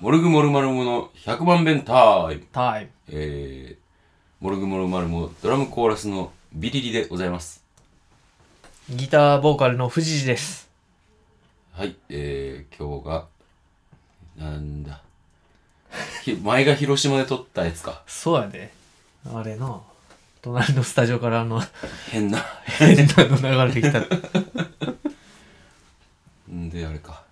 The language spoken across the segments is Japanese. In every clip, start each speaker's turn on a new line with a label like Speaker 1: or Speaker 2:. Speaker 1: モルグモルマルモの100番弁タイム。
Speaker 2: タイム。
Speaker 1: えー、モルグモルマルモドラムコーラスのビリリでございます。
Speaker 2: ギターボーカルの藤次です。
Speaker 1: はい、えー、今日が、なんだ。ひ前が広島で撮ったやつか。
Speaker 2: そうやで。あれな。隣のスタジオからあの、
Speaker 1: 変な。
Speaker 2: 変なの流れてきた。
Speaker 1: んで、あれか。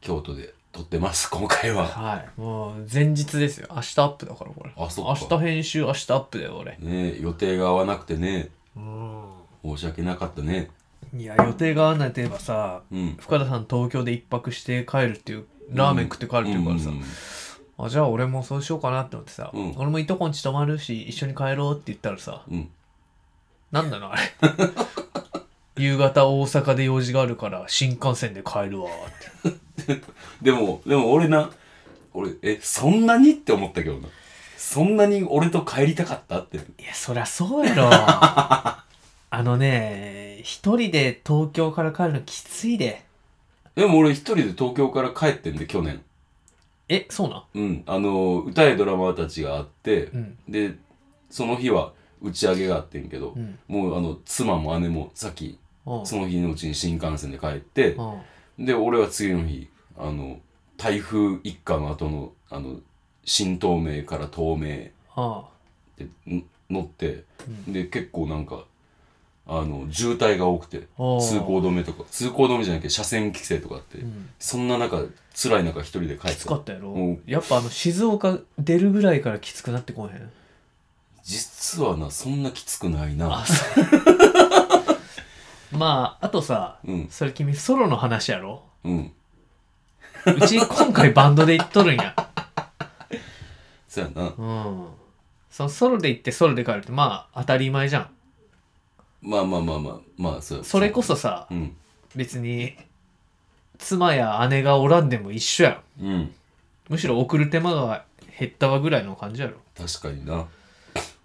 Speaker 1: 京都で撮ってます、今回は。
Speaker 2: はい。もう、前日ですよ。明日アップだから、これ。
Speaker 1: あそっ
Speaker 2: 明
Speaker 1: か
Speaker 2: 日編集、明日アップだよ、俺。
Speaker 1: ねえ予定が合わなくてね、
Speaker 2: うん。
Speaker 1: 申し訳なかったね。
Speaker 2: いや、予定が合わないといえばさ、
Speaker 1: うん。
Speaker 2: 深田さん東京で一泊して帰るっていう、ラーメン食って帰るっていうからさ、
Speaker 1: うん
Speaker 2: あじゃあ俺もそうしようかなって思ってさ、
Speaker 1: うん
Speaker 2: 俺もいとこんち泊まるし、一緒に帰ろうって言ったらさ、
Speaker 1: うん。
Speaker 2: なんなのあれ。 夕方大阪で用事があるから新幹線で帰るわーって。
Speaker 1: でも、でも俺な、俺、え、そんなにって思ったけどな。そんなに俺と帰りたかったって。
Speaker 2: いや、そりゃそう やろ。あのね、一人で東京から帰るのきついで。
Speaker 1: でも俺一人で東京から帰ってんで、去年。
Speaker 2: え、そうなん
Speaker 1: うん。あの、歌いドラマーたちがあって、
Speaker 2: うん。
Speaker 1: で、その日は打ち上げがあってんけど
Speaker 2: う、ん。
Speaker 1: もうあの、妻も姉もさっき、
Speaker 2: うん
Speaker 1: その日のうちに新幹線で帰って
Speaker 2: う、ん。
Speaker 1: で、俺は次の日、あの、台風一過の後の、あの、新東名から東名、
Speaker 2: あ
Speaker 1: でん乗って、
Speaker 2: う
Speaker 1: で結構なんかあの渋滞が多くて通
Speaker 2: おー
Speaker 1: 行止めとか通行止めじゃなくて車線規制とかあって、
Speaker 2: うん、
Speaker 1: そんな中辛い中一人で帰
Speaker 2: き
Speaker 1: っ
Speaker 2: つか
Speaker 1: て
Speaker 2: ったやろ、
Speaker 1: うん
Speaker 2: やっぱあの静岡出るぐらいからきつくなってこへん
Speaker 1: 実はなそんなきつくないな
Speaker 2: まああとさ、
Speaker 1: うん
Speaker 2: それ君ソロの話や ろ
Speaker 1: うん
Speaker 2: うち今回バンドで行っとるん や
Speaker 1: そやな
Speaker 2: うんそのソロで行ってソロで帰るってまあ当たり前じゃん
Speaker 1: まあまあまあまあまあそうや
Speaker 2: それこそさ
Speaker 1: うん
Speaker 2: 別に妻や姉がおらんでも一緒やろ
Speaker 1: うん
Speaker 2: むしろ送る手間が減ったわぐらいの感じやろ
Speaker 1: 確かにな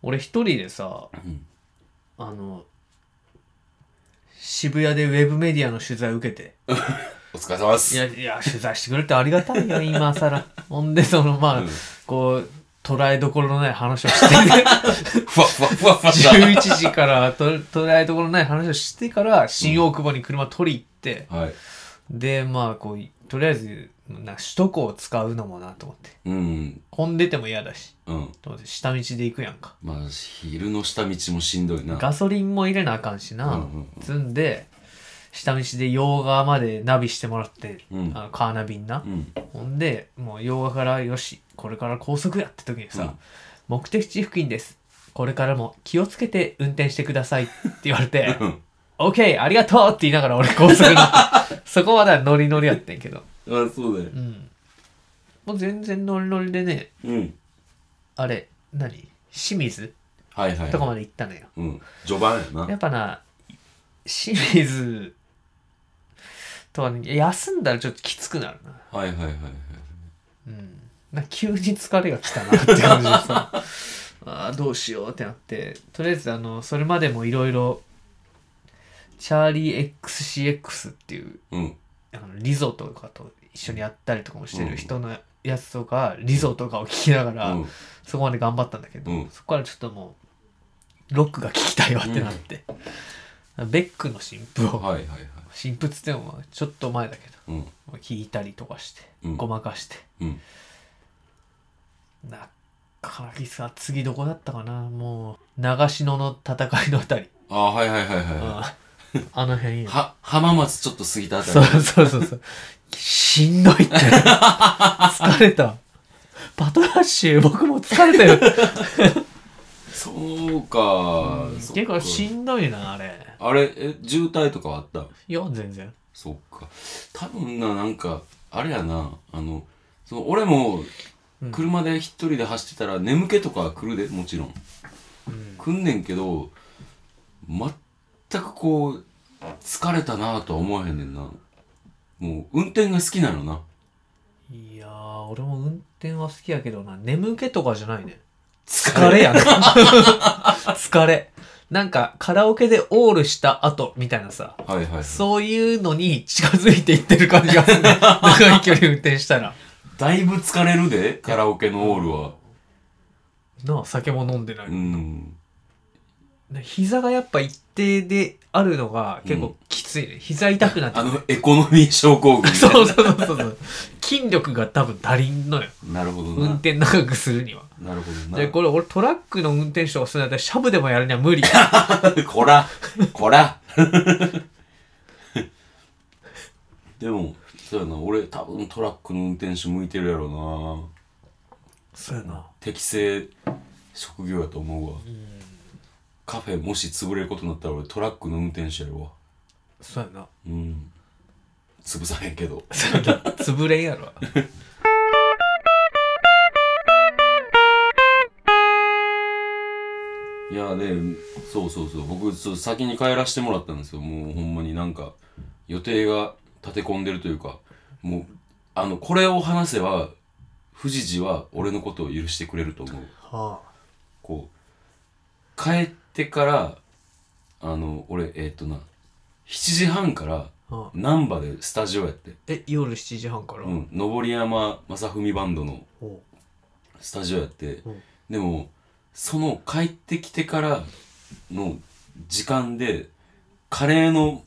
Speaker 2: 俺一人でさ
Speaker 1: うん
Speaker 2: あの渋谷でウェブメディアの取材受けて
Speaker 1: お疲れ様です
Speaker 2: いやいや取材してくれてありがた いよ今更ほんでそのまあ、
Speaker 1: うん
Speaker 2: こう捉えどころのない話をして
Speaker 1: ふわふわふわふわした
Speaker 2: 11時からと捉えどころのない話をしてから新大久保に車取り行って、
Speaker 1: はい
Speaker 2: でまあこうとりあえずな首都高を使うのもなと思って
Speaker 1: うん
Speaker 2: 混んでても嫌だし
Speaker 1: うん
Speaker 2: と思って下道で行くやんか
Speaker 1: まあ昼の下道もしんどいな
Speaker 2: ガソリンも入れなあかんしな、
Speaker 1: うんうんうん
Speaker 2: 積んで下道で洋川までナビしてもらって、
Speaker 1: うん
Speaker 2: あのカーナビにな、
Speaker 1: うん
Speaker 2: ほんでもう洋画からよしこれから高速やって時にさ、
Speaker 1: うん
Speaker 2: 目的地付近ですこれからも気をつけて運転してくだ さいって言われて
Speaker 1: うん
Speaker 2: OK ありがとうって言いながら俺高速乗 ってそこまではノリノリやってんけど
Speaker 1: あそうだよ
Speaker 2: うんもう全然ノリノリでね
Speaker 1: うん
Speaker 2: あれ何清水
Speaker 1: はいはいはい
Speaker 2: とかまで行ったのよ
Speaker 1: うん。序盤やな。
Speaker 2: やっぱな清水とは、ね、休んだらちょっときつくなるな
Speaker 1: はいはいはいはい。
Speaker 2: うん、なんか急に疲れが来たなって感じでさ あーどうしようってなってとりあえずあのそれまでもいろいろチャーリー XCX っていう
Speaker 1: うん。
Speaker 2: あのリゾとかと一緒にやったりとかもしてる人のやつとか、リゾとかを聞きながら、
Speaker 1: うん
Speaker 2: そこまで頑張ったんだけど、
Speaker 1: うん
Speaker 2: そこからちょっともうロックが聞きたいわってなって、ベックの新譜を
Speaker 1: はいはいはい。
Speaker 2: 新譜っつってもまあちょっと前だけ
Speaker 1: うん。
Speaker 2: ど聞いたりとかして、
Speaker 1: うん
Speaker 2: ごまかして。
Speaker 1: うん。
Speaker 2: なかぎさ次どこだったかなもう長篠の戦いのあたり、
Speaker 1: ああ、はいはいはいはいは
Speaker 2: ああの辺
Speaker 1: い。
Speaker 2: よ
Speaker 1: は、浜松ちょっと過ぎたあた
Speaker 2: そう
Speaker 1: り。
Speaker 2: そうそうそうしんどいって疲れたパトラッシュ僕も疲れたよ
Speaker 1: そうか。そっ
Speaker 2: 結構
Speaker 1: か
Speaker 2: しんどいなあれ
Speaker 1: あれ、え、渋滞とかはあった
Speaker 2: いや全然
Speaker 1: そっか。多分な、なんか、あれやな、あの、その俺も
Speaker 2: うん、
Speaker 1: 車で一人で走ってたら眠気とか来るで、もちろん。
Speaker 2: うん
Speaker 1: 来んねんけど、全くこう、疲れたなぁとは思わへんねんな。もう、運転が好きなのな。
Speaker 2: いやー俺も運転は好き やけどな眠気とかじゃないね
Speaker 1: 疲
Speaker 2: 疲れやな疲れなんかカラオケでオールした後みたいなさ、
Speaker 1: はいはいはい
Speaker 2: そういうのに近づいていってる感じがするね。 長い距離運転したら。
Speaker 1: だいぶ疲れるでカラオケのオールは
Speaker 2: なあ、酒も飲んでない。
Speaker 1: うん
Speaker 2: ね膝がやっぱ一定であるのが結構きついね。膝痛くなって
Speaker 1: あ
Speaker 2: くる
Speaker 1: のエコノミー症候群みたいな
Speaker 2: そうそうそうそう。筋力が多分足りんのよ。
Speaker 1: なるほど
Speaker 2: 運
Speaker 1: な
Speaker 2: 転長くするには。
Speaker 1: なるほどな
Speaker 2: で、これ俺トラックの運転手とかするんだったらシャブでもやるには無理。
Speaker 1: こら、こら。でも、そうやな、俺多分トラックの運転手向いてるやろ
Speaker 2: そうやな
Speaker 1: な。。適正職業やと思うわ。カフェもし潰れることになったら俺トラックの運転手やるわ。
Speaker 2: そうやな。
Speaker 1: うん。潰さへんけど。
Speaker 2: 潰れんやろ。
Speaker 1: いやで、そうそうそう。僕、そう先に帰らしてもらったんですよ。もうほんまになんか、予定が立て込んでるというか、もう、あの、これを話せば、藤路は俺のことを許してくれると思う。
Speaker 2: はあ。
Speaker 1: こう、帰ってから、あの、俺、えーっとな、7時半から、
Speaker 2: はあ、
Speaker 1: 難波でスタジオやって、
Speaker 2: え、夜7時半から、
Speaker 1: うん、登山正文バンドの
Speaker 2: おう
Speaker 1: スタジオやって、
Speaker 2: うん
Speaker 1: でもその帰ってきてからの時間でカレーの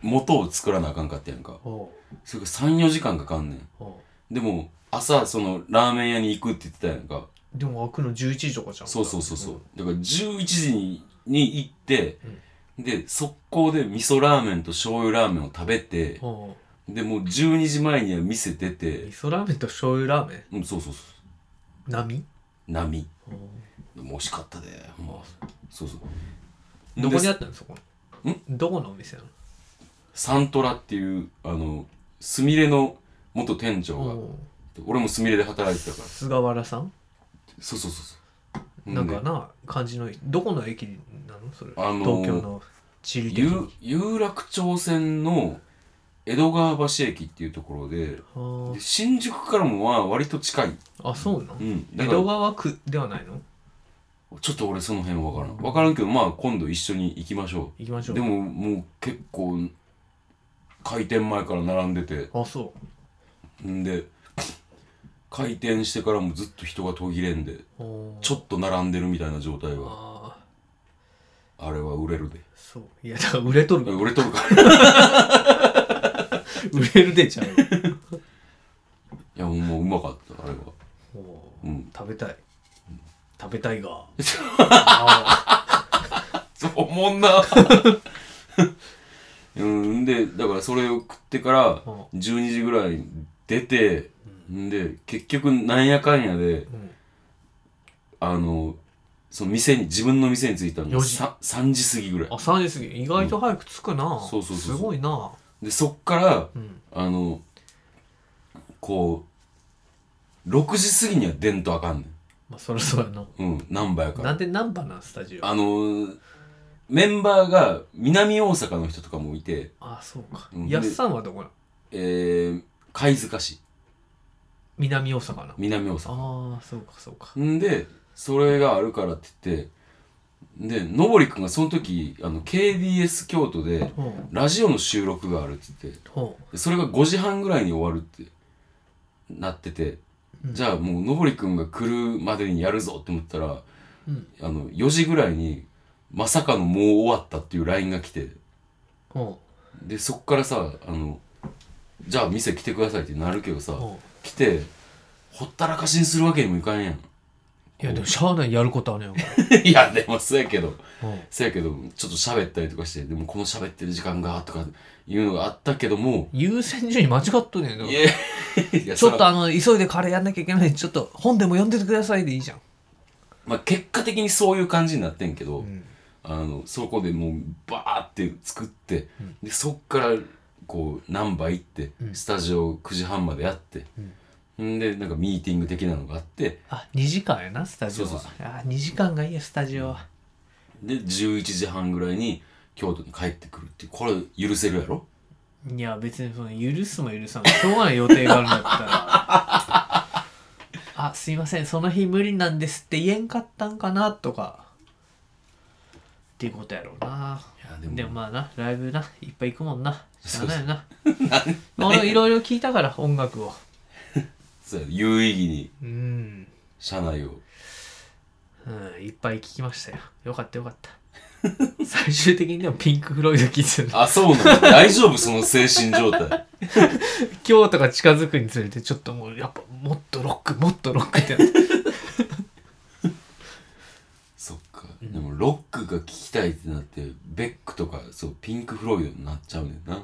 Speaker 1: 元を作らなあかんかったやんか
Speaker 2: おう
Speaker 1: それが34時間かかんねん
Speaker 2: おう
Speaker 1: でも朝そのラーメン屋に行くって言ってたやんか
Speaker 2: でも開くの11時とかじゃん。
Speaker 1: そうそうそうそう、だから11時にに行って、で速攻で味噌ラーメンと醤油ラーメンを食べて
Speaker 2: うん。おう
Speaker 1: でもう12時前には店出て
Speaker 2: 味噌ラーメンと醤油ラーメン
Speaker 1: うんそうそうそ
Speaker 2: 並
Speaker 1: う波
Speaker 2: おう
Speaker 1: でも美味しかったでほんまそうそう
Speaker 2: どこに
Speaker 1: で
Speaker 2: あったのそこ
Speaker 1: ん
Speaker 2: どこのお店な
Speaker 1: サントラっていうあのすみれの元店長
Speaker 2: の
Speaker 1: が
Speaker 2: おう
Speaker 1: 俺もすみれで働いてたから
Speaker 2: 菅原さん
Speaker 1: そうそうそうそう
Speaker 2: なんか
Speaker 1: で
Speaker 2: な感じのどこの駅なのそれ、
Speaker 1: あのー
Speaker 2: 東京の地理的に
Speaker 1: 有有楽町線の江戸川橋駅っていうところで
Speaker 2: あー
Speaker 1: で新宿からもは割と近い、
Speaker 2: あそうなの、
Speaker 1: うん、だ
Speaker 2: 江
Speaker 1: から
Speaker 2: 戸川区ではないの
Speaker 1: ちょっと俺その辺わからんわからんけどまあ今度一緒に行きましょ
Speaker 2: 行きまし
Speaker 1: う
Speaker 2: ょう
Speaker 1: でももう結構開店前から並んでて
Speaker 2: あそ
Speaker 1: んで開店してからもずっと人が途切れんで
Speaker 2: うおー
Speaker 1: ちょっと並んでるみたいな状態は
Speaker 2: ああ
Speaker 1: あれは売れるで
Speaker 2: そういやだから売れとる
Speaker 1: 売れとる からい
Speaker 2: 売れるでち ゃう
Speaker 1: やもううまかったあれは
Speaker 2: おー
Speaker 1: うん
Speaker 2: 食べたい食べたいが
Speaker 1: そう思んな うんでだからそれを食ってから
Speaker 2: うん
Speaker 1: 12時ぐらいに出てんで結局なんやかんやで
Speaker 2: うん
Speaker 1: あのその店に自分の店に着いたのが
Speaker 2: 4時
Speaker 1: さ3時過ぎぐらい
Speaker 2: あ3時過ぎ意外と早く着くな、
Speaker 1: そうそうそうそう
Speaker 2: すごいな
Speaker 1: でそっから
Speaker 2: うん
Speaker 1: あのこう6時過ぎには出んとあかんね
Speaker 2: まあそりゃそうやなん
Speaker 1: うん何倍やから
Speaker 2: なんでナンパなんスタジオあ
Speaker 1: あのーメンバーが南大阪の人とかもいて、
Speaker 2: そうか、
Speaker 1: うん
Speaker 2: やっさんはどこなの
Speaker 1: えー、貝塚市、
Speaker 2: 南大阪な
Speaker 1: 南大阪。
Speaker 2: ああそうかそうか
Speaker 1: んで、それがあるからって言って、で、のぼりくんがその時、あの、KBS 京都で、
Speaker 2: ほう
Speaker 1: ラジオの収録があるって言って、
Speaker 2: ほ
Speaker 1: でそれが5時半ぐらいに終わるってなってて、
Speaker 2: うん
Speaker 1: じゃあもうのぼりくんが来るまでにやるぞって思ったら、
Speaker 2: ううん
Speaker 1: あの、4時ぐらいに、まさかのもう終わったっていう LINE が来て、
Speaker 2: ほ
Speaker 1: でそっからさあのじゃあ店来てくださいってなるけどさ
Speaker 2: うほ
Speaker 1: 来てほったらかしにするわけにもいかん やん
Speaker 2: ういやでもしゃあないやることあ るやんか
Speaker 1: いやでもそうやけど
Speaker 2: ら
Speaker 1: そうやけどちょっと喋ったりとかしてでもこの喋ってる時間がとかいうのがあったけども
Speaker 2: 優先順位間違っとるや
Speaker 1: い
Speaker 2: んだ
Speaker 1: やいや
Speaker 2: ちょ
Speaker 1: そ
Speaker 2: っと
Speaker 1: ら
Speaker 2: あの急いでカレーやんなきゃいけないちょっと本でも読んでてくださいでいいじゃん、
Speaker 1: まあ、結果的にそういう感じになってんけど、
Speaker 2: ん、
Speaker 1: あのそこでもうバーって作って、でそっからこう何杯行って、
Speaker 2: うん
Speaker 1: スタジオ9時半までやって、ん、でなんかミーティング的なのがあって
Speaker 2: あ2時間やなスタジオは
Speaker 1: そうそう
Speaker 2: あ2時間がいいやスタジオは
Speaker 1: で11時半ぐらいに京都に帰ってくるっていうこれ許せるやろ
Speaker 2: いや別にその許すも許さないしょうがない予定があるんだったら あすいませんその日無理なんですって言えんかったんかなとかっていうことやろうない
Speaker 1: やでも
Speaker 2: でもまあなライブないっぱい行くもんな知らないよな
Speaker 1: なん
Speaker 2: まあ俺いろいろ聞いたから音楽を
Speaker 1: そうや有意義に
Speaker 2: うん、
Speaker 1: 社内を
Speaker 2: うん、いっぱい聞きましたよよかったよかった 最終的にでもピンク・フロイド聞いてる
Speaker 1: あそうなの 大丈夫その精神状態
Speaker 2: 今日とか近づくにつれてちょっともうやっぱもっとロックもっとロックってなって
Speaker 1: そっか、でもロックが聴きたいってなってベックとかそうピンク・フロイドになっちゃうねんな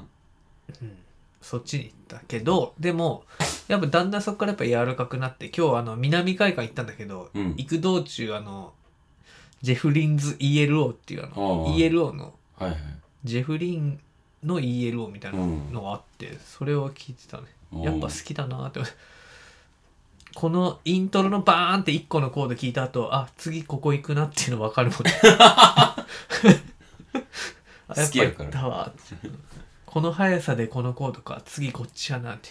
Speaker 2: そっちに行ったけどでもやっぱだんだんそこからやっぱ柔らかくなって今日あの南海岸行ったんだけど、
Speaker 1: うん
Speaker 2: 行く道中あのジェフリンズ ELO っていうあの
Speaker 1: ああ
Speaker 2: ELO の
Speaker 1: はいはい
Speaker 2: ジェフリンの ELO みたいなのがあって、それを聞いてたね
Speaker 1: おー
Speaker 2: やっぱ好きだなって思ってこのイントロのバーンって1個のコード聞いた後あ次ここ行くなっていうの分かるもんねあ
Speaker 1: 好きやから
Speaker 2: やっぱ行ったわって この速さでこのコードか次こっちやなって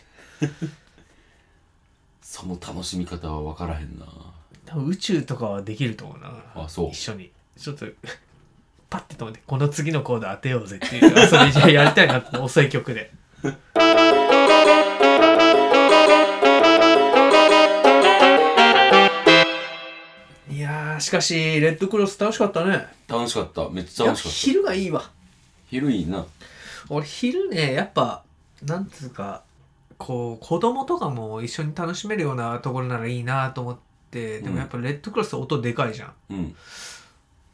Speaker 1: その楽しみ方は分からへんな
Speaker 2: 多分宇宙とかはできると思うな
Speaker 1: あそう
Speaker 2: 一緒にちょっとパッて止めてこの次のコード当てようぜっていう遊びじゃやりたいなって遅い曲でいやーしかしレッドクロス楽しかったね
Speaker 1: 楽しかっためっちゃ楽しか
Speaker 2: いや
Speaker 1: った
Speaker 2: 昼がいいわ
Speaker 1: 昼いいな
Speaker 2: 俺昼ねやっぱなんつうかこう子供とかも一緒に楽しめるようなところならいいなと思ってで
Speaker 1: うん
Speaker 2: もやっぱレッドクロス音でかいじゃん、
Speaker 1: うん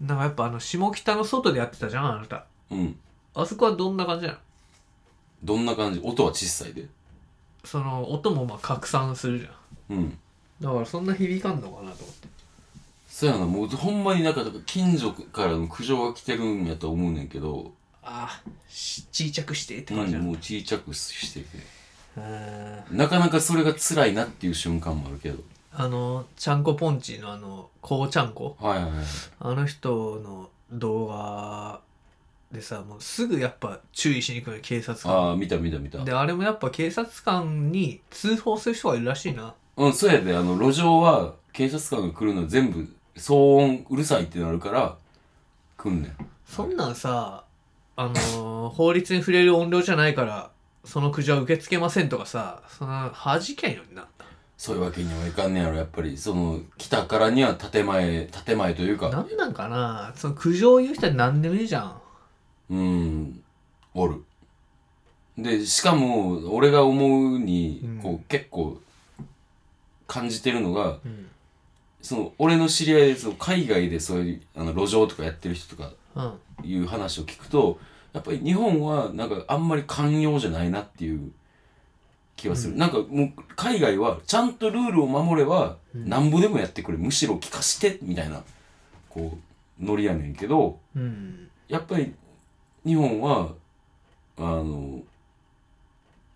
Speaker 2: なんかやっぱあの下北の外でやってたじゃんあなた
Speaker 1: うん
Speaker 2: あそこはどんな感じなの
Speaker 1: どんな感じ音は小さいで
Speaker 2: その音もまあ拡散するじゃん
Speaker 1: うん
Speaker 2: だからそんな響かんのかなと思って
Speaker 1: そうやなもうほんまになんか近所からの苦情が来てるんやと思うねんけど、
Speaker 2: ああし小さくしてって
Speaker 1: うん、
Speaker 2: 感じなの
Speaker 1: もう小さくしてて
Speaker 2: うん
Speaker 1: なかなかそれが辛いなっていう瞬間もあるけど
Speaker 2: あのちゃんこポンチのあのこうちゃんこ
Speaker 1: はいはいはい
Speaker 2: あの人の動画でさもうすぐやっぱ注意しに行くのよ警察官
Speaker 1: ああ見た見た見た
Speaker 2: であれもやっぱ警察官に通報する人がいるらしいな
Speaker 1: うんそうやであの路上は警察官が来るのは全部騒音うるさいってなるから来んねん
Speaker 2: そんなんさ、あのー法律に触れる音量じゃないから、その苦情は受け付けませんとかさ、その、弾けんよな。
Speaker 1: そういうわけにはいかんねやろやっぱりその来たからには建前建前というか
Speaker 2: なんなんかなその苦情を言う人は何でもいいじゃん。
Speaker 1: うんおるでしかも俺が思うに、
Speaker 2: うん
Speaker 1: こう結構感じてるのが
Speaker 2: うん。
Speaker 1: その俺の知り合いでその海外でそういうあの路上とかやってる人とか
Speaker 2: うん。
Speaker 1: いう話を聞くとやっぱり日本はなんかあんまり寛容じゃないなっていう気はする、なんかもう海外はちゃんとルールを守れば
Speaker 2: うん
Speaker 1: なんぼでもやってくれ、むしろ聞かしてみたいなこうノリやねんけど
Speaker 2: うん。
Speaker 1: やっぱり日本はあの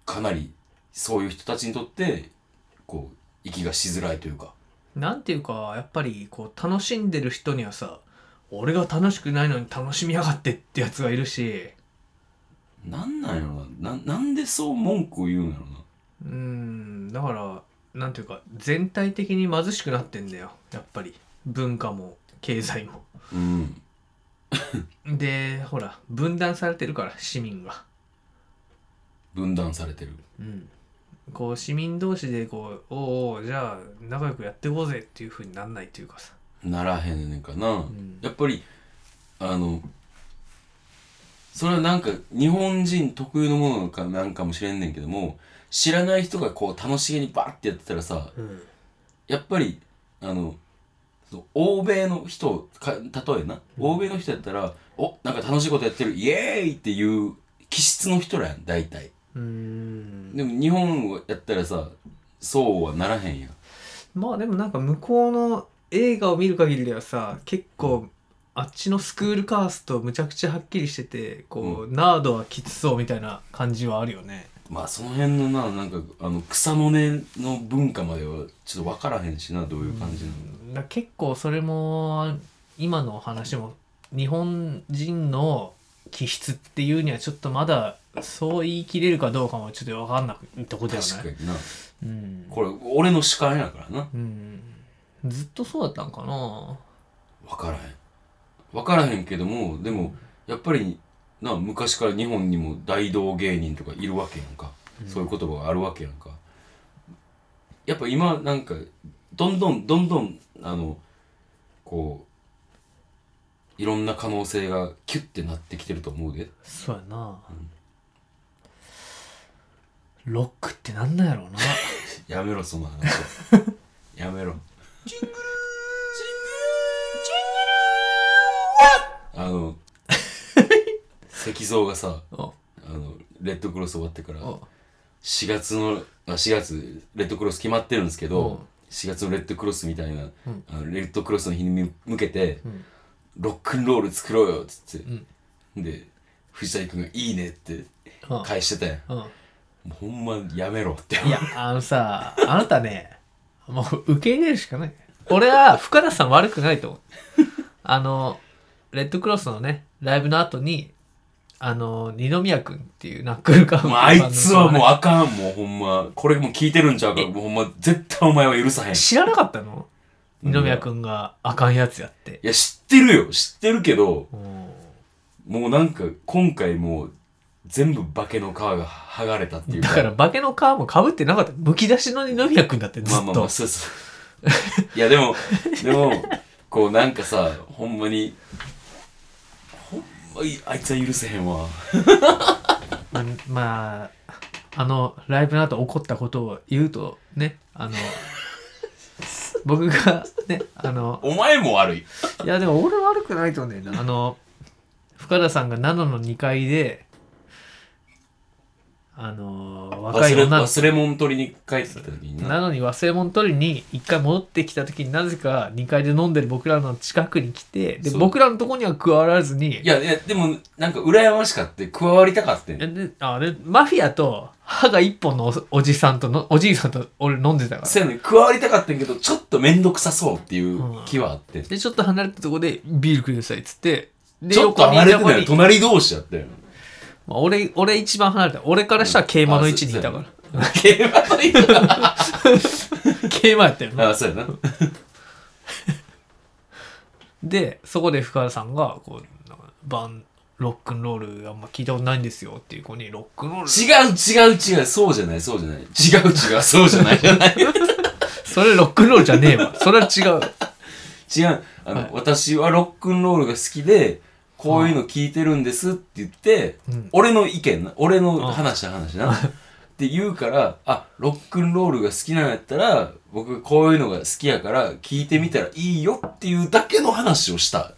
Speaker 1: かなりそういう人たちにとってこう息がしづらいというか
Speaker 2: なんていうか、やっぱり、こう、楽しんでる人にはさ、俺が楽しくないのに楽しみやがってってやつがいるし、
Speaker 1: なんなんやろなななんでそう文句を言うんやろな
Speaker 2: うん、だから、なんていうか、全体的に貧しくなってんだよ。やっぱり。文化も、経済も。
Speaker 1: うん
Speaker 2: でほら分断されてるから市民が、
Speaker 1: 分断されてる
Speaker 2: うん、こう市民同士でこうおうおうじゃあ仲良くやっていこうぜっていうふうになんないというかさ、
Speaker 1: ならへんねんかな、
Speaker 2: ん
Speaker 1: やっぱりあのそれはなんか日本人特有のものかなんかもしれんねんけども知らない人がこう楽しげにバーってやってたらさ
Speaker 2: うん
Speaker 1: やっぱりあのそう欧米の人か例えな欧米の人やったら「おなんか楽しいことやってるイエーイ!」っていう気質の人らやん大体
Speaker 2: ん
Speaker 1: でも日本やったらさそうはならへんやん
Speaker 2: まあでもなんか向こうの映画を見る限りではさ結構あっちのスクールカーストむちゃくちゃはっきりしててこう、ナードはきつそうみたいな感じはあるよね
Speaker 1: まあその辺のななんかあの草の根の文化まではちょっと分からへんしなどういう感じなのか、
Speaker 2: だから結構それも今のお話も日本人の気質っていうにはちょっとまだそう言い切れるかどうかもちょっと分かんなくとこだよ
Speaker 1: 確か
Speaker 2: ね。
Speaker 1: にな
Speaker 2: うん
Speaker 1: これ俺の主観やからな
Speaker 2: うん、ずっとそうだったんかな
Speaker 1: 分からへん分からへんけどもでもやっぱりな昔から日本にも大道芸人とかいるわけやんか、そういう言葉があるわけやんかやっぱ今なんかどんどんどんどんあのこういろんな可能性がキュッてなってきてると思うで
Speaker 2: そうやな、ロックってなんなんやろうな
Speaker 1: やめろその話 やめろあの石像がさ
Speaker 2: お
Speaker 1: あのレッドクロス終わってから
Speaker 2: お
Speaker 1: 4月のあ4月レッドクロス決まってるんですけ
Speaker 2: うん
Speaker 1: ど4月のレッドクロスみたいな、
Speaker 2: うん
Speaker 1: あのレッドクロスの日に向けて、
Speaker 2: うん
Speaker 1: ロックンロール作ろうよっつって、
Speaker 2: うん
Speaker 1: で藤谷君が「いいね」って
Speaker 2: うん
Speaker 1: 返してたやん、
Speaker 2: うん
Speaker 1: もうほんまやめろって
Speaker 2: いや、あのさ、あなたね、もう受け入れるしかない。俺は深田さん悪くないと思う。あの、レッドクロスのね、ライブの後に、あの、二宮くんっていうナックルカウンター
Speaker 1: もうあいつはもう
Speaker 2: う、
Speaker 1: あかんもうほんまこれも聞いてるんちゃうからもうほんま絶対お前は許さへんい
Speaker 2: 知らなかったの二宮くんがあかんやつやって。
Speaker 1: や知ってるよ知ってるけど
Speaker 2: うん
Speaker 1: もうなんか今回もう全部化けの皮が剥がれたっていう
Speaker 2: だから、化けの皮も被ってなかった。むき出しの二宮くんだって、ず
Speaker 1: まあ
Speaker 2: っ
Speaker 1: まあま
Speaker 2: と
Speaker 1: あ。そうそういやでもでもこうなんかさほんまにほんまにあいつは許せへんわ
Speaker 2: うんまあ、あの、ライブの後起こったことを言うと、ね、あの、僕がね、あの、
Speaker 1: お前も悪い
Speaker 2: いやでも俺悪くないと思うんだよなあの深田さんが7の2階であのー若い
Speaker 1: 忘れ
Speaker 2: 女の
Speaker 1: 忘れ物取りに帰ってきた時にな
Speaker 2: なのに忘れ物取りに一回戻ってきた時になぜか2階で飲んでる僕らの近くに来てで
Speaker 1: そう
Speaker 2: 僕らのとこには加わらずに
Speaker 1: いやいやでもなんか羨ましかって加わりたかってん
Speaker 2: えであでマフィアと歯が一本のおおじさんとのおじいさんと俺飲んでたから
Speaker 1: そうやねん加わりたかったんやけどちょっと面倒くさそうっていう気はあって、
Speaker 2: でちょっと離れたとこでビールくださいっつってで
Speaker 1: ちょっと離れて
Speaker 2: 横
Speaker 1: ない
Speaker 2: に
Speaker 1: よ隣同士やったよ
Speaker 2: まあ、俺俺一番離れた俺からしたら桂馬の位置にいたから
Speaker 1: 競馬の意味が
Speaker 2: 桂馬やったよな
Speaker 1: あそうやな
Speaker 2: でそこで福原さんがこうなんかバンロックンロールあんま聞いたことないんですよっていう子にロックンロール
Speaker 1: 違う違う違うそうじゃないそうじゃない違う違うそうじゃないじゃない違う
Speaker 2: それロックンロールじゃねえわそれは違う
Speaker 1: あの、
Speaker 2: はい
Speaker 1: 私はロックンロールが好きでこういうの聞いてるんですって言って、
Speaker 2: うん
Speaker 1: 俺の意見な俺の話な話なって言うからあロックンロールが好きなんやったら僕こういうのが好きやから聞いてみたらいいよっていうだけの話をした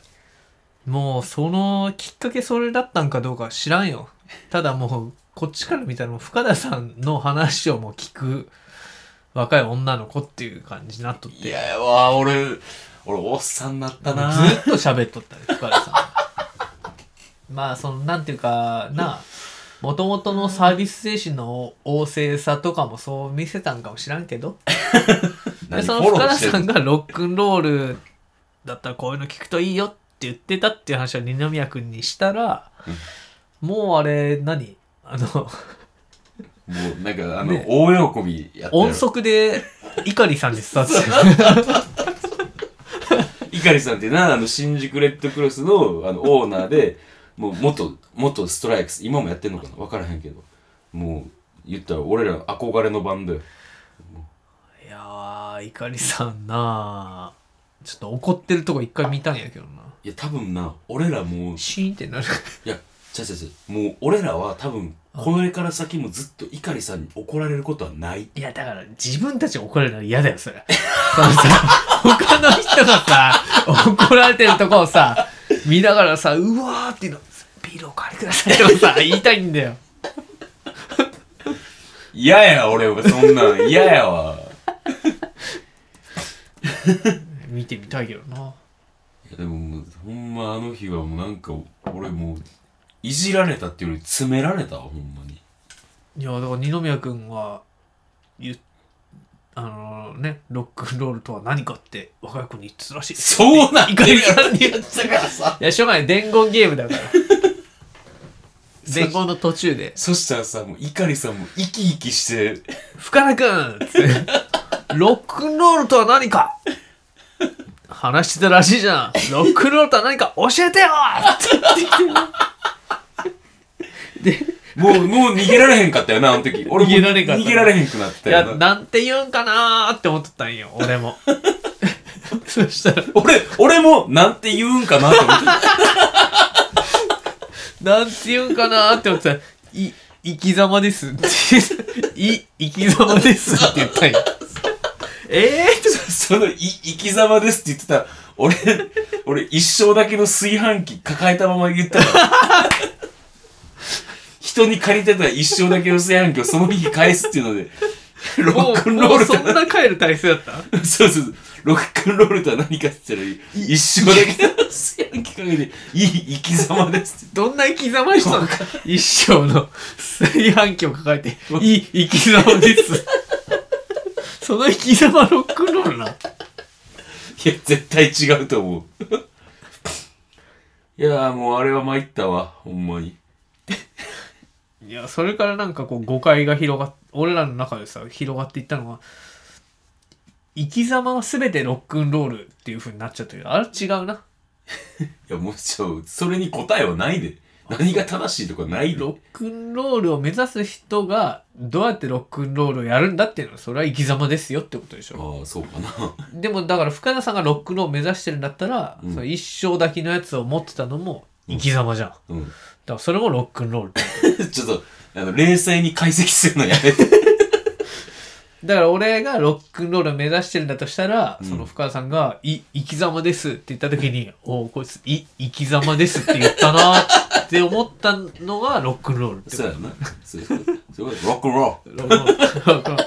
Speaker 2: もうそのきっかけそれだったんかどうかは知らんよただもうこっちから見たらもう深田さんの話をもう聞く若い女の子っていう感じになっとっ
Speaker 1: い
Speaker 2: て
Speaker 1: やわ俺俺おっさんになった
Speaker 2: もう
Speaker 1: な
Speaker 2: ずっと喋っとったね 深田さんまあそのなんていうかなもともとのサービス精神の旺盛さとかもそう見せたんかもしらんけどで
Speaker 1: 何
Speaker 2: その
Speaker 1: フォ
Speaker 2: 深
Speaker 1: ロー
Speaker 2: 田
Speaker 1: して
Speaker 2: さ
Speaker 1: る
Speaker 2: んがロックンロールだったらこういうの聞くといいよって言ってたっていう話を二宮君にしたら、もうあれ何あの
Speaker 1: もうなんかあの、
Speaker 2: ね
Speaker 1: 大喜びやって
Speaker 2: 音速で碇さんに伝わってたよ
Speaker 1: イカリさんってなあの新宿レッドクロスのあのオーナーでもう元元ストライクス今もやってんのかな分からへんけどもう言ったら俺らの憧れのバンドよ
Speaker 2: いやー碇さんなあちょっと怒ってるとこ一回見たんやけどない
Speaker 1: や多分な俺らもうい
Speaker 2: シーンってなる
Speaker 1: やちゃうちゃうちゃうもう俺らは多分これから先もずっとイカリさんに怒られることはない
Speaker 2: いや、だから自分たちが怒られるのは嫌だよ、それ。そのさ、他の人がさ、怒られてるとこをさ、見ながらさ、うわーっていうの、ビールお借りくださいとかさ、言いたいんだよ。
Speaker 1: 嫌や俺はそん なん嫌やわ
Speaker 2: 見てみたいけどな。
Speaker 1: いやでももうほんまあの日はもうなんか俺もういじられたっていうより詰められたわほんまに
Speaker 2: いや、だから二宮くんは、言っあのね、ロックンロールとは何かって若い子に言ってたらしい。
Speaker 1: そうなんだよ
Speaker 2: いかに
Speaker 1: やったからさ
Speaker 2: いや、しょうがない。伝言ゲームだ から。伝言の途中で。
Speaker 1: そしたらさ、もう、いかりさんも生き生きして、
Speaker 2: 深田くんつってロックンロールとは何か話してたらしいじゃんロックンロールとは何か教えてよって言ってきてで
Speaker 1: もう、もう逃げられへんかったよな、あの時。俺も
Speaker 2: 逃げられんかった
Speaker 1: 逃げられへんくなった
Speaker 2: いや
Speaker 1: よな。
Speaker 2: なんて言うんかなーって思っとったんよ俺 もそしたら
Speaker 1: 俺、俺も、なんて言うんかなって思って。
Speaker 2: なんて言うんかなーって思ってたらい生き様ですって言ってい生き様ですって言ったんよ えーって
Speaker 1: その、い、生き様ですって言ってたら、俺、俺一生だけの炊飯器抱えたまま言ったから。 人に借りてた一生だけの炊飯器をその日返すっていうので、ロ
Speaker 2: も
Speaker 1: ック
Speaker 2: う
Speaker 1: ンロ
Speaker 2: も
Speaker 1: ー
Speaker 2: う
Speaker 1: ルと
Speaker 2: そんな帰る体勢だった
Speaker 1: そうそうそう。ロックンロールとは何かって言ったら、一生だけの炊飯器かけて、いい生き様ですって。
Speaker 2: どんな生き様したのか一生の炊飯器を抱えて、いい生き様です。その生き様ロックンロールな。
Speaker 1: いや、絶対違うと思う。 いやーもうあれは参ったわ、ほんまに。
Speaker 2: いや、それからなんかこう誤解が広がっ、俺らの中でさ、広がっていったのは、生き様は全てロックンロールっていう風になっちゃってる。あれ違うな。
Speaker 1: いや、もうちょ、それに答えはないで。何が正しいとかない
Speaker 2: ロ
Speaker 1: の
Speaker 2: ックンロールを目指す人がどうやってロックンロールをやるんだっていうのは、それは生き様ですよってことでしょ。
Speaker 1: ああ、そうかな。
Speaker 2: でもだから深田さんがロックンロールを目指してるんだったら、
Speaker 1: うん
Speaker 2: その一生だけのやつを持ってたのも生き様じゃん、だか
Speaker 1: うん。
Speaker 2: らそれもロックンロールだ
Speaker 1: ちょっと、あの、冷静に解析するのやめて。
Speaker 2: から俺がロックンロールを目指してるんだとしたら、
Speaker 1: うん
Speaker 2: その深田さんが「い生き様です」って言った時に「おおこいつい生き様です」って言ったなって思ったのがロックンロールって こ
Speaker 1: そうやな。そういうことそういうことロックンロ
Speaker 2: とロックンロール
Speaker 1: ール。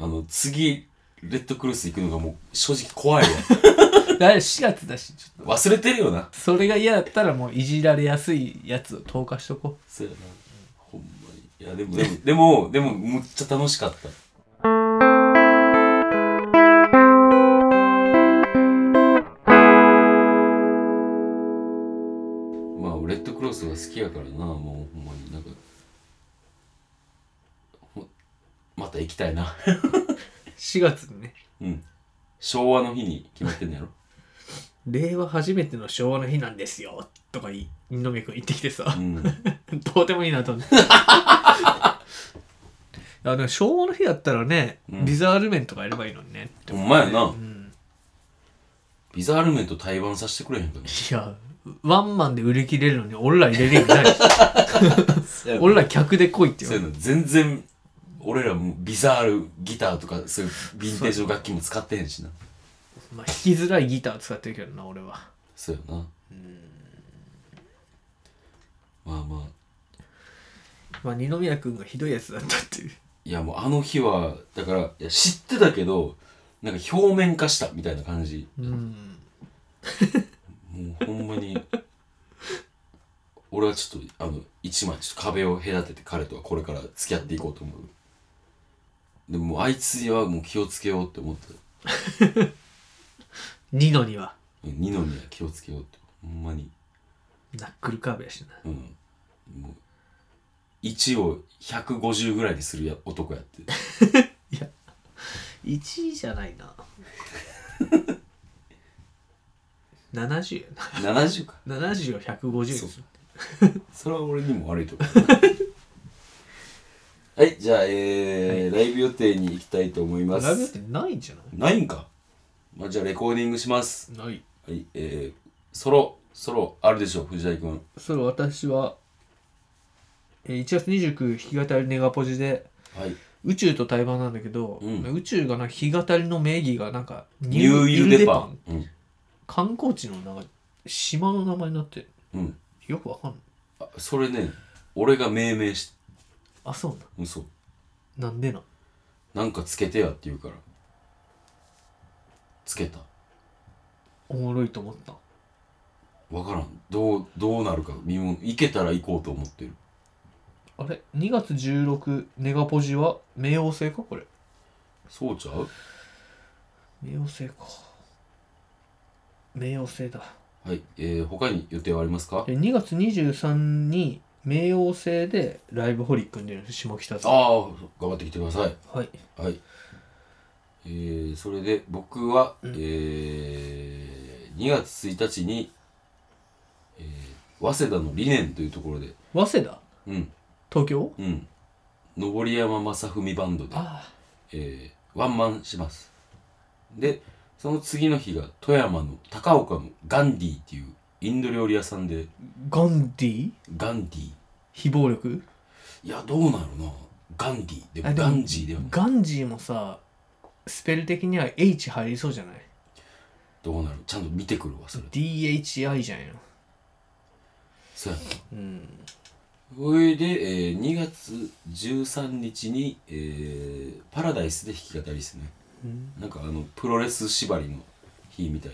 Speaker 1: あの、次、レッドクロス行くのがもう正直怖い わ。
Speaker 2: だ4月だしちょっ
Speaker 1: 忘れてるよな。
Speaker 2: とそれが嫌だったらもういじられやすいやつを投下しとこ
Speaker 1: そうやな。ほんまに。いや、でも、でも、 でも、でもむっちゃ楽しかった。まあ、レッドクロスが好きやからな、もうほんまになんか。ほまた行きたい な。
Speaker 2: う4月にね
Speaker 1: うん。昭和の日に決まってんの やろ。
Speaker 2: 令和初めての昭和の日なんですよとかい二宮君言ってきてさ、
Speaker 1: うん。
Speaker 2: どうでもいいなと思って。あでも昭和の日だったらね、
Speaker 1: うん
Speaker 2: ビザール麺とかやればいいのにねって
Speaker 1: ほ
Speaker 2: 思うん
Speaker 1: まやな
Speaker 2: う。ん、
Speaker 1: ビザールメンと対バンさせてくれへんか
Speaker 2: いやワンマンで売り切れるのに俺ら入れるようにない し
Speaker 1: な。
Speaker 2: 俺ら客で来いって
Speaker 1: そう
Speaker 2: 言
Speaker 1: いうの全然俺らもうビザールギターとかそういうヴィンテージの楽器も使ってへんしな
Speaker 2: まあ、弾きづらいギター使ってるけどな俺は
Speaker 1: そうよなまあまあ
Speaker 2: まあ二宮君がひどいやつだったっていう
Speaker 1: いやもうあの日はだからいや知ってたけどなんか表面化したみたいな感じ
Speaker 2: うん
Speaker 1: もうほんまに俺はちょっとあの一枚ちょっと壁を隔てて彼とはこれから付き合っていこうと思うでももうあいつにはもう気をつけようって思った
Speaker 2: ニノには
Speaker 1: うん二のには気をつけようってほんまに
Speaker 2: ナックルカーブやしな
Speaker 1: うん、もう1を150ぐらいにするや男やって
Speaker 2: 1位じゃないな70や
Speaker 1: 70か
Speaker 2: な70を150にする
Speaker 1: そうそれは俺にも悪いと ころはいじゃあえーライブ予定に行きたいと思いま
Speaker 2: ラブっ
Speaker 1: す
Speaker 2: てないんじゃ
Speaker 1: な
Speaker 2: な
Speaker 1: いんか、まあ、じゃあレコーディングします
Speaker 2: いない
Speaker 1: はいえー、ソロソロあるでしょ藤井君
Speaker 2: それ私は、えー1月29日弾き語りネガポジで
Speaker 1: はい
Speaker 2: 宇宙と対話なんだけど、
Speaker 1: うん
Speaker 2: 宇宙がな弾き語りの名義がなんか
Speaker 1: ニューイルデパンうん、
Speaker 2: 観光地のなんか島の名前になって
Speaker 1: うん、
Speaker 2: よくわかんない
Speaker 1: あそれね俺が命名し
Speaker 2: あそう
Speaker 1: 嘘
Speaker 2: なんなんでなん
Speaker 1: なんかつけてやって言うからつけた
Speaker 2: おもろいと思った
Speaker 1: 分からんどうどうなるか見も行けたら行こうと思ってる
Speaker 2: あれ2月16ネガポジは冥王星かこれ
Speaker 1: そうちゃう
Speaker 2: 冥王星か冥王星だ
Speaker 1: はいえー、他に予定はありますか
Speaker 2: で2月23に冥王星でライブホリックに出る下北沢
Speaker 1: ああ頑張ってきてください
Speaker 2: はい
Speaker 1: はいえーそれで僕は、
Speaker 2: うん
Speaker 1: えー2月1日に、えー早稲田の理念というところで、
Speaker 2: 早稲田
Speaker 1: うん、
Speaker 2: 東京
Speaker 1: うん、登山正文バンドで、
Speaker 2: あ
Speaker 1: えーワンマンします。で、その次の日が富山の高岡のガンディっていうインド料理屋さんで、
Speaker 2: ガンディ
Speaker 1: ガンディ、
Speaker 2: 非暴力
Speaker 1: いや、どうなるな、ガンディ、で
Speaker 2: あ
Speaker 1: も
Speaker 2: でも
Speaker 1: ガンジーではない
Speaker 2: ガンジーもさスペル的には H 入りそうじゃない
Speaker 1: どうなるちゃんと見てくるわ、それ。
Speaker 2: DHI じゃんよ
Speaker 1: そうやな。
Speaker 2: うん
Speaker 1: それで、えー2月13日に、えーパラダイスで弾き語りですねなんかあのプロレス縛りの日みたい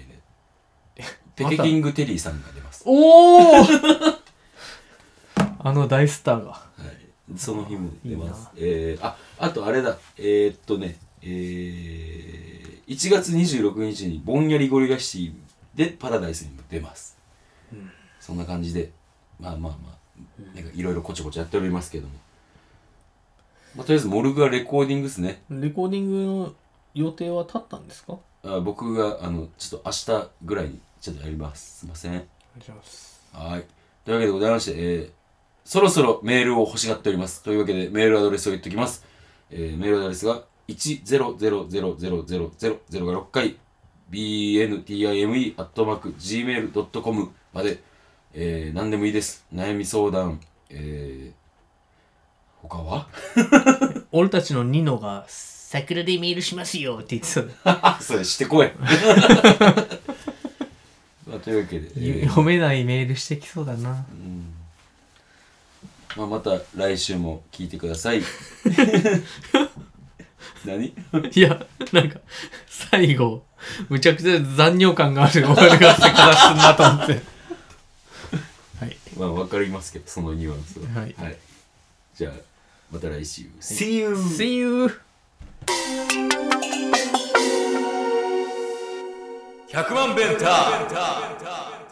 Speaker 1: でペ
Speaker 2: また
Speaker 1: ケキングテリーさんが出ます、
Speaker 2: おお あの大スターが
Speaker 1: はい、その日も出ます
Speaker 2: あ
Speaker 1: えーああとあれだえーっとねえー1月26日にぼんやりゴリラシティでパラダイスにも出ます、
Speaker 2: うん
Speaker 1: そんな感じでまあまあまあなんかいろいろこちょこちょやっておりますけども、まあ、とりあえずモルグはレコーディングですね
Speaker 2: レコーディングの予定は立ったんですか
Speaker 1: あ僕があのちょっと明日ぐらいにちょっとやりますすいません
Speaker 2: お願いします
Speaker 1: はいというわけでございまして、えーそろそろメールを欲しがっておりますというわけでメールアドレスを言っておきます、えーメールアドレスが100000000が6回 bntime.gmail.com まで、えー何でもいいです悩み相談えー他は
Speaker 2: 俺たちのニノが「桜でメールしますよ」って言ってたの
Speaker 1: あそれしてこい まあというわけで、えー
Speaker 2: 読めないメールしてきそうだな
Speaker 1: うんまあ、また来週も聞いてくだ さい何
Speaker 2: いやなんか最後むちゃくちゃ残尿感がある終わりがしてからすんなと思ってはい
Speaker 1: まあわかりますけどそのニュアンスは
Speaker 2: はい
Speaker 1: はい、じゃあまた来週 See you!
Speaker 2: See you!
Speaker 1: 100万ベンター